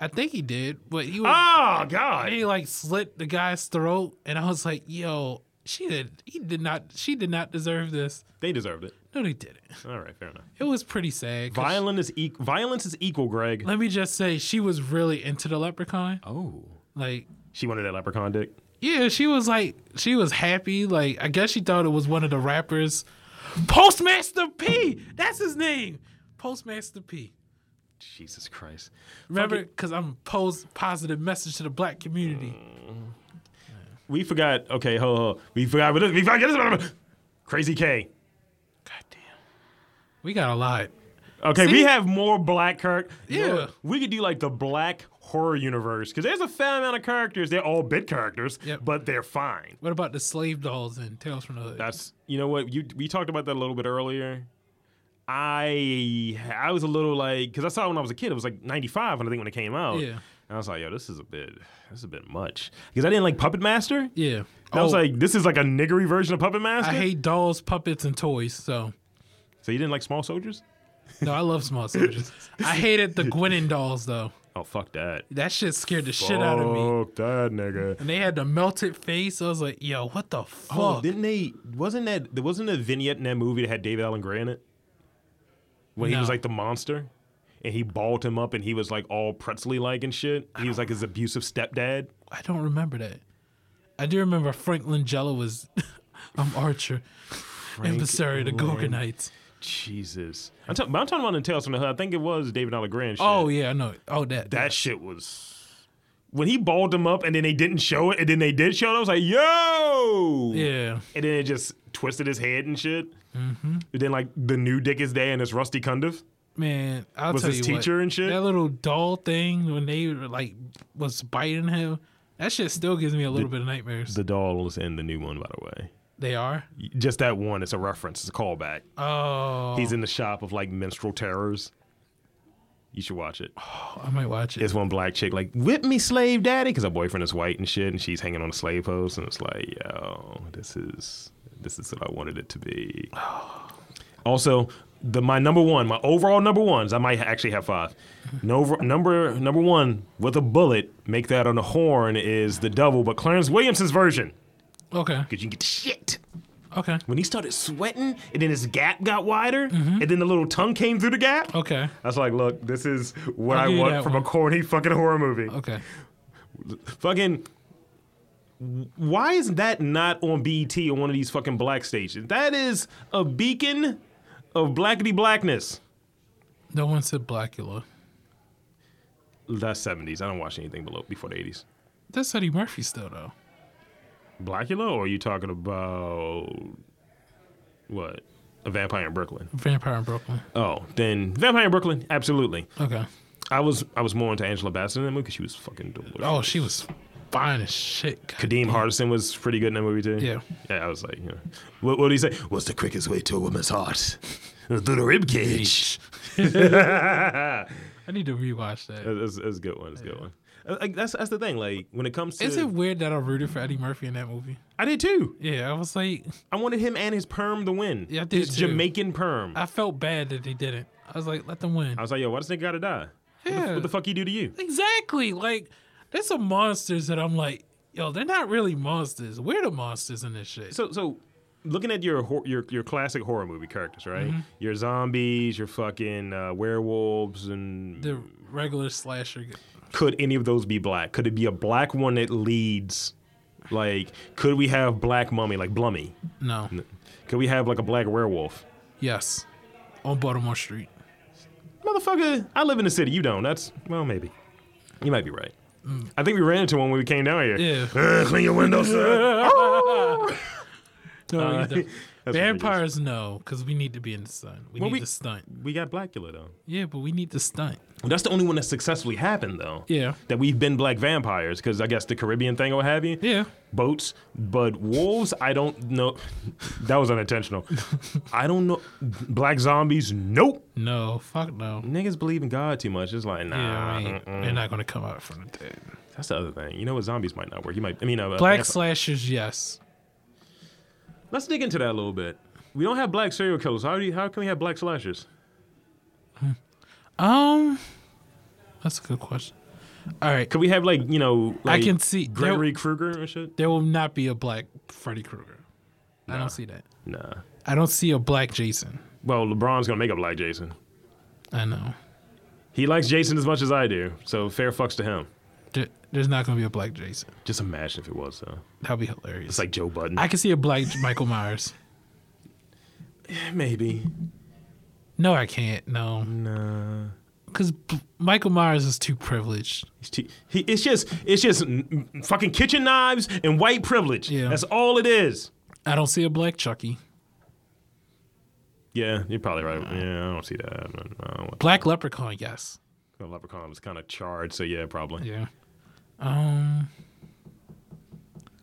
I think he did, but he was.
Oh god!
he like slit the guy's throat, and I was like, "Yo, she did. He did not. She did not deserve this.
They deserved it.
No, they didn't.
All right, fair enough.
It was pretty sad. 'cause
Violence is equal. Violence is equal, Greg.
let me just say, she was really into the leprechaun.
Oh,
Like,
she wanted that leprechaun dick.
yeah, she was like, she was happy. Like, I guess she thought it was one of the rappers, Postmaster P. That's his name, Postmaster P.
Jesus Christ!
Remember, because I'm post positive message to the black community.
We forgot. Okay, ho ho. We forgot. We forgot. Crazy K.
Goddamn, we got a lot.
Okay, we
See?
have more black characters.
Yeah.
we could do like the black horror universe because there's a fair amount of characters. They're all bit characters,
Yep.
but they're fine.
What about the slave dolls and Tales from the Hood?
That's you know what you we talked about that a little bit earlier. I I was a little like because I saw it when I was a kid. It was like '95 when I think when it came out.
Yeah.
and I was like, yo, this is a bit this is a bit much because I didn't like Puppet Master. And
yeah.
I was
Oh.
like, this is like a niggery version of Puppet Master.
I hate dolls, puppets, and toys. So
so you didn't like Small Soldiers?
no, I love small soldiers. I hated
(laughs)
the Gwennon dolls though.
Oh fuck that.
That shit scared the shit out of me.
Fuck that nigga.
And they had the melted face. I was like, yo, what the fuck?
Oh, didn't they? Wasn't that there wasn't a vignette in that movie that had David Allen Gray in it when he was
No.
like the monster and he balled him up and he was like all pretzely like and shit. He was like his abusive stepdad.
I don't remember that. I do remember Franklin Jello was (laughs) I'm Archer. and Basari, the
Lin-
Gorgonites.
Jesus, I'm, ta- but I'm talking about in Tales from the Hood. I think it was David Allen Gray. And shit.
Oh yeah, I know. it. Oh that.
that shit was. When he balled him up and then they didn't show it and then they did show it, I was like, yo!
yeah.
And then it just twisted his head and shit. Mm-hmm. And then, like, the new dick is there and it's Rusty Cundiff.
Man, I'll
Was
tell
his
you what,
teacher and shit?
That little doll thing when they were like was biting him. That shit still gives me a little bit of nightmares.
The doll is in the new one, by the way.
they are.
Just that one. It's a reference. It's a callback.
Oh,
He's in the shop of like minstrel terrors. You should watch it.
I might watch it.
It's one black chick like whip me, slave daddy, because her boyfriend is white and shit, and she's hanging on a slave post, and it's like, yo, this is this is what I wanted it to be. Also, the my number one, my overall number ones. I might actually have five. No, number number one with a bullet. Make that on the horn is the devil, but Clarence Williamson's version
Okay.
because you can get the shit.
Okay.
When he started sweating, and then his gap got wider,
Mm-hmm.
and then the little tongue came through the gap.
Okay.
I was like, look, this is what
I'll
I
give you
want
Oh. that
from a
one.
corny fucking horror movie.
Okay.
Fucking. Why is that not on BET or one of these fucking black stations? That is a beacon of blackity blackness.
No one said Blackula.
That's 70s. I don't watch anything below before the 80s.
That's Eddie Murphy still though.
Blackula, or are you talking about. What? A Vampire in Brooklyn.
Vampire in Brooklyn.
Oh, then Vampire in Brooklyn, absolutely.
Okay.
I was I was more into Angela Bassett in that movie because she was fucking delicious.
Oh, she was fine as shit. God.
Kadeem Hardison was pretty good in that movie too.
Yeah.
yeah. I was like, you know, what, what do you say? What's the quickest way to a woman's heart? Through the rib cage.
I need to rewatch that.
That's, that's a good one. That's a good one. Uh, Like, that's that's the thing. Like when it comes to,
Is it weird that I rooted for Eddie Murphy in that movie?
I did too.
Yeah, I was like,
I wanted him and his perm to win.
Yeah, I did
his
too.
Jamaican perm. I,
I felt bad that they didn't. I was like, let them win.
was like, yo, why does nigga gotta die? What, the,
Yeah.
what the fuck he do to you?
Exactly. Like, There's some monsters that I'm like, yo, they're not really monsters. We're the monsters in this shit.
So so looking at your hor- your your classic horror movie characters, right?
Mm-hmm.
Your zombies, your fucking uh, werewolves, and
the regular slasher. g-
could any of those be black? Could it be a black one that leads? Like, could we have black mummy, like Blummy?
No.
Could we have like a black werewolf?
Yes. On Baltimore Street.
Motherfucker, I live in the city. You don't. That's well, maybe. You might be right. I think we ran into one when we came down here.
Mm. Yeah.
(laughs) Uh, clean your windows.
(laughs)
sir.
No,
Uh, (laughs)
you don't.
that's
Vampires, no, because we need to be in the sun. We
Well,
need
we-
to stunt.
We got Blackula though.
Yeah, but we need to stunt.
That's the only one that successfully happened though.
Yeah.
That we've been black vampires because I guess the Caribbean thing or what have you.
Yeah.
Boats, but wolves. I don't know. That was (laughs) unintentional. I don't know. Black zombies. Nope.
No, fuck no.
Niggas believe in God too much. It's like
Yeah,
nah.
we ain't-
Ah, mm-mm.
they're not gonna come out from the dead.
That's the other thing. You know what? Zombies might not work. You might. I mean, uh,
Black
vamp-
slashers, yes.
Let's dig into that a little bit. We don't have black serial killers. How do you, how can we have black slashers?
Um, that's a good question. All right,
Could we have like you know? Like
I can see
Gregory
there,
Krueger and shit.
there will not be a black Freddy Krueger. I don't see that.
Nah.
I don't see a black Jason.
Well, LeBron's gonna make up like Jason.
I know.
He likes Jason as much as I do, so fair fucks to him.
There- there's not gonna be a black Jason.
Just imagine if it was though.
That'd be hilarious.
It's like Joe Budden.
I can see a black Michael Myers.
Maybe.
No, I can't. No,
Mm. Nah.
because Michael Myers is too privileged.
He's too, he, it's just it's just n- n- fucking kitchen knives and white privilege.
Yeah.
That's all it is.
I don't see a black Chucky.
Yeah, you're probably right. Yeah, I don't see that. I don't, I don't want-
Black Leprechaun, yes.
the leprechaun was kind of charred, so yeah, probably.
Yeah. Um,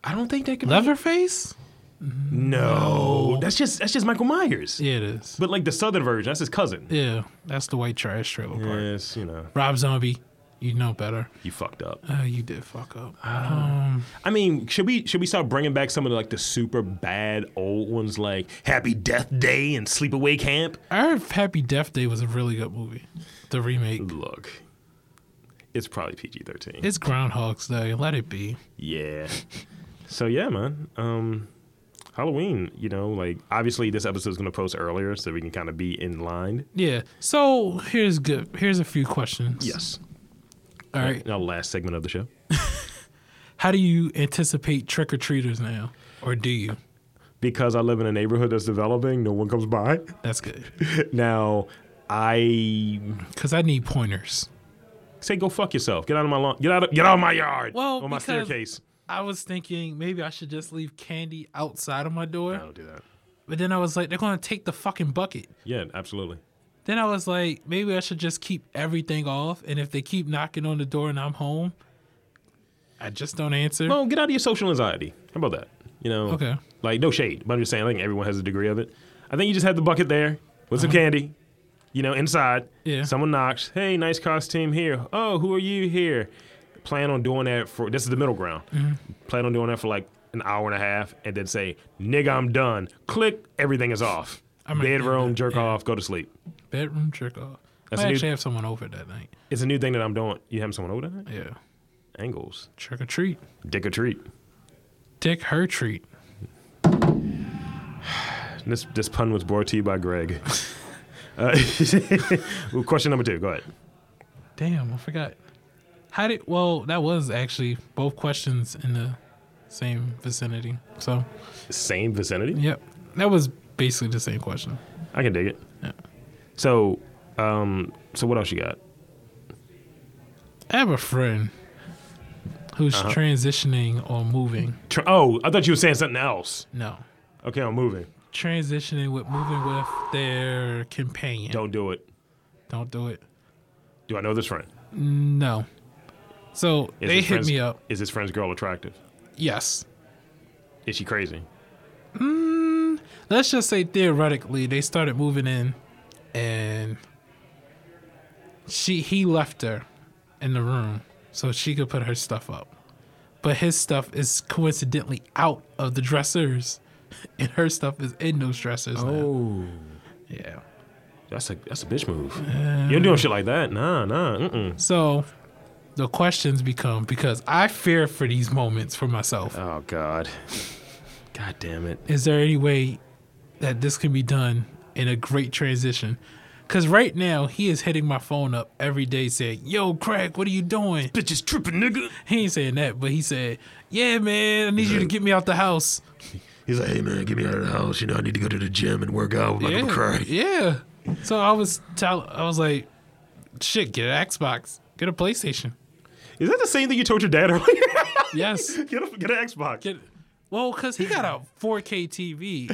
I don't think that could.
Leatherface?
No, that's just that's just Michael Myers.
Yeah, it is.
But like the southern version, that's his cousin.
Yeah, that's the white trash trailer park.
Yes, you know,
Rob Zombie, you know better.
you fucked up.
Uh, you did fuck up. Um,
I mean, should we should we start bringing back some of the, like the super bad old ones, like Happy Death Day and Sleepaway Camp?
I heard Happy Death Day was a really good movie. The remake.
Look, it's probably PG thirteen.
It's Groundhog's Day. Let it be.
Yeah. (laughs) so yeah, man. Um, Halloween. You know, like obviously this episode is gonna post earlier, so we can kind of be in line.
Yeah. So here's good. Here's a few questions.
Yes.
All right.
Now, last segment of the show.
How do you anticipate trick or treaters now, or do you?
Because I live in a neighborhood that's developing, no one comes by. (laughs)
That's good.
Now, I
Because I need pointers.
say go fuck yourself. Get out of my lawn. Get out of get out of my yard.
Well,
on my
because-
staircase.
I was thinking maybe I should just leave candy outside of my
I
door,
don't do that.
but then I was like, they're gonna take the fucking bucket.
Yeah, absolutely.
Then I was like, maybe I should just keep everything off, and if they keep knocking on the door and I'm home, I just don't answer.
No, get out of your social anxiety. How about that? You know,
Okay.
Like no shade, but I'm just saying. I think everyone has a degree of it. I think you just have the bucket there with some candy. You know, inside.
Uh-huh. Yeah.
Someone knocks. Hey, nice costume here. Oh, who are you here? Plan on doing that for. This is the middle ground.
Mm-hmm.
Plan on doing that for like an hour and a half, and then say, "Nigga, I'm done." Click. Everything is off.
might do
Bedroom,
that,
jerk
yeah.
off, go to sleep.
Bedroom trick off.
That's
I
a new-
actually have someone over that night.
It's a new thing that I'm doing. You having someone over tonight?
Yeah.
Angles.
Trick or treat.
Dick or treat.
Dick her treat.
This this pun was brought to you by Greg. (laughs) uh, (laughs) well, question number two. Go ahead.
Damn, I forgot. How did? Well, that was actually both questions in the same vicinity. So,
Same vicinity.
yep, that was basically the same question.
I can dig it.
Yeah.
So, um, so what else you got?
I have a friend who's
Uh-huh.
transitioning or moving.
Tr- oh, I thought you were saying something else.
No,
Okay, I'm moving.
transitioning with moving with their companion.
Don't do it.
Don't do it.
Do I know this friend?
No. So
Is
they
his
hit
friend's-
me up.
Is his friend's girl attractive?
Yes.
Is she crazy?
let's just say theoretically they started moving in and she he left her in the room so she could put her stuff up but his stuff is coincidentally out of the dressers (laughs) and her stuff is in those dressers now.
Oh,
yeah
that's a that's a bitch move. You're doing shit like that? Nah, nah. Mm-mm.
so the questions become because I fear for these moments for myself.
Oh God. God damn it.
Is there any way that this can be done in a great transition? Because right now, he is hitting my phone up every day saying, Yo, Craig, what are you doing?
Bitch is tripping, nigga.
He ain't saying that, but he said, Yeah, man, I need you to get me out the house.
He's like, hey man, get me out of the house. You know, I need to go to the gym and work out. I'm not
yeah.
gonna cry.
Yeah. So I was tell I was like, shit, get an Xbox. Get a PlayStation.
Is that the same thing you told your dad earlier? (laughs)
Yes.
get a get an Xbox.
Get well, cause he got a 4K TV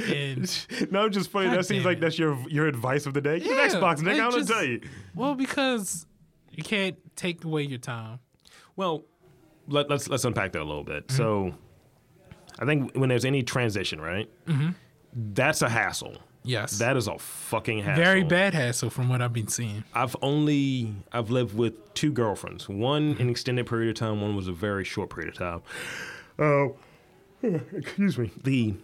(laughs)
and
no, just funny.
God
that seems
damn
like
it.
that's your your advice of the day. Get
Yeah,
an Xbox, nigga.
like,
I don't
just-
tell you.
well, because you can't take away your time.
Well, let, let's let's unpack that a little bit. So, I think when there's any transition, right? Mm-hmm. That's a hassle.
Yes.
That is a fucking hassle.
very bad hassle from what I've been seeing.
I've only I've lived with two girlfriends. One an extended period of time. One was a very short period of time. Oh, excuse me. The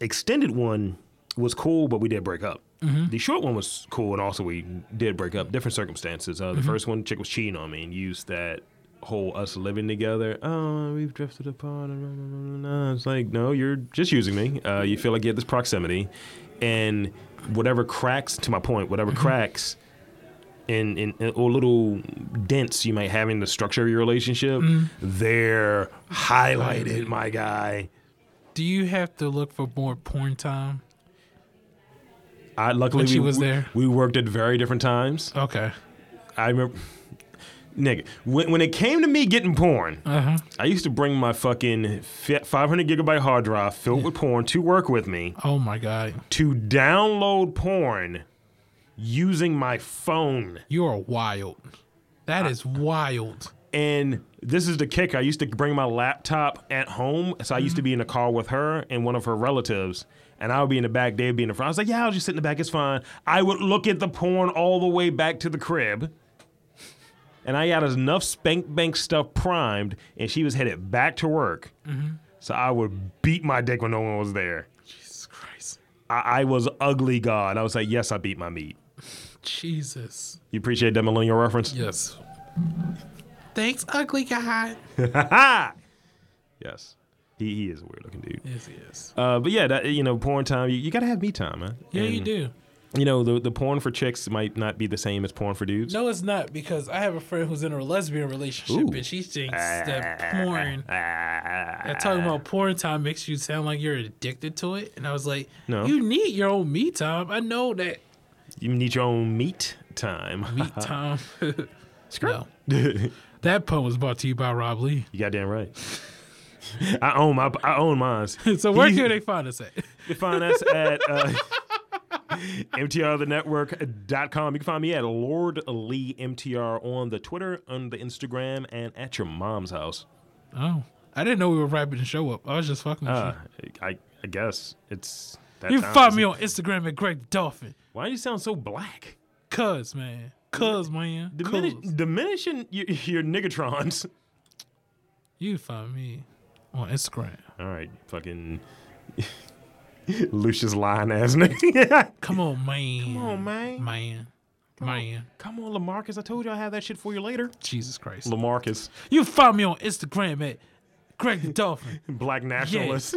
extended one was cool, but we did break up. The short one was cool, and also we did break up. Different circumstances. Uh, the first one, chick was cheating on me and used that whole us living together. Oh, we've drifted apart. and blah, blah, blah, blah." It's like no, you're just using me. Uh, you feel like you have this proximity, and whatever cracks to my point, whatever cracks and, and, and- or little dents you might have in the structure of your relationship, they're highlighted, my guy.
Do you have to look for more porn time?
I luckily
When she
we,
was
we-
there?
We worked at very different times.
Okay.
I remember, nigga, when, when it came to me getting porn,
Uh huh.
I used to bring my fucking fi- 500 gigabyte hard drive filled with porn to work with me
Oh my god,
to download porn using my phone.
you are wild. That is wild.
And this is the kicker. I used to bring my laptop at home. So I used to be in the car with her and one of her relatives. And I would be in the back, they would be in the front. I was like, yeah, I'll just sit in the back. It's fine. I would look at the porn all the way back to the crib. And I had enough spank bank stuff primed, and she was headed back to work. So I would beat my dick when no one was there.
Jesus Christ.
I, I was ugly God. I was like, yes, I beat my meat.
Jesus.
You appreciate that millennial reference?
Yes. Thanks, ugly guy.
Yes. He, he is a weird looking dude.
Yes, yes.
Uh, but yeah, that, you know, porn time. You, you gotta have me time, man.
Yeah, you
And,
do.
You know, the the porn for chicks might not be the same as porn for dudes.
No, it's not because I have a friend who's in a lesbian relationship
Ooh.
and she thinks that porn.
Ah.
That talking about porn time makes you sound like you're addicted to it, and I was like,
No.
you need your own me time. I know that
You need your own meat time.
me time."
(laughs)
(laughs)
Screw.
that pun was brought to you by Rob Lee.
you goddamn right. I own my I own
(laughs)
mine.
So where can they find us at?
You can find us at uh, (laughs) mtrthenetwork.com. You can find me at Lord Lee MTR on the Twitter, on the Instagram, and at your mom's house.
Oh, I didn't know we were wrapping the show up. I was just fucking with
Uh, I, I guess it's. That
you. You
time,
can find
isn't
me
it?
on Instagram at Greg Dolphin.
Why do you sound so black?
Cuz, man. Cuz, man.
Diminish,
Cuz.
Diminishing your, your niggatrons.
You can find me on Instagram.
(laughs) All right, fucking (laughs) Lucius lying ass nigga. (laughs)
Come on, man. Come
on, man.
Man. Man.
Come on, Lamarcus. I told you I have that shit for you later.
Jesus Christ.
Lamarcus,
You can find me on Instagram at Greg the Dolphin.
black nationalist.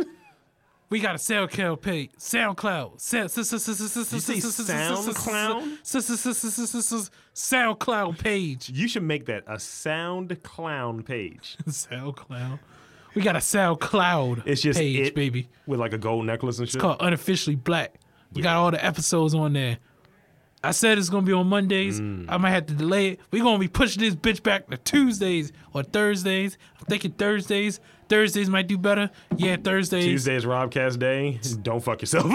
We got a SoundCloud page. SoundCloud. Sa- sa- sa- sa- sa- sa- sa-
say
sa- sa- sa- sa-
SoundCloud?
sa- sa- sa- sa- sa- sa- sa- SoundCloud page.
(laughs) You should make that a sound clown page.
(laughs) SoundCloud. We got a SoundCloud
It's just
page,
it
baby.
with like a gold necklace and shit.
called Unofficially Black. We got all the episodes on there. I said it's gonna be on Mondays.
Mm.
I might have to delay it. We're gonna be pushing this bitch back to Tuesdays or Thursdays. I'm thinking Thursdays. Thursdays might do better. Yeah, Thursdays.
Tuesday is Robcast Day. (laughs) Don't fuck yourself.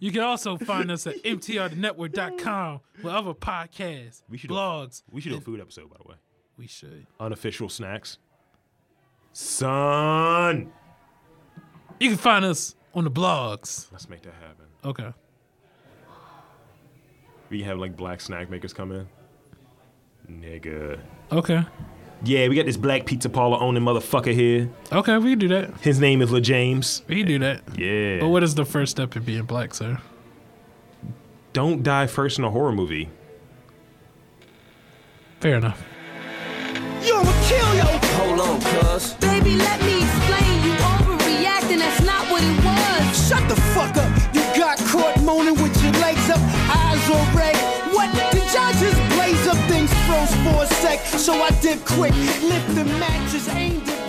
You can also find us at (laughs) mtrnetwork.com with other podcasts,
We should-
blogs.
we should do a food episode, by the way.
We should.
Unofficial snacks. Son.
You can find us on the blogs.
Let's make that happen.
Okay.
We have like black snack makers come in. Nigga.
Okay.
Yeah, we got this black pizza parlor owning motherfucker here.
Okay, we can do that.
His name is La James.
We can do that.
Yeah.
But what is the first step in being black, sir?
Don't die first in a horror movie.
Fair enough.
You I'ma kill yo.
Hold on, cuz.
Baby, let me explain. You overreacting. That's not what it was.
Shut the fuck up. You got caught moaning with your legs up, eyes all red. What? Did y'all just blaze up things froze for a sec? So I did quick, lift the mattress, aimed it.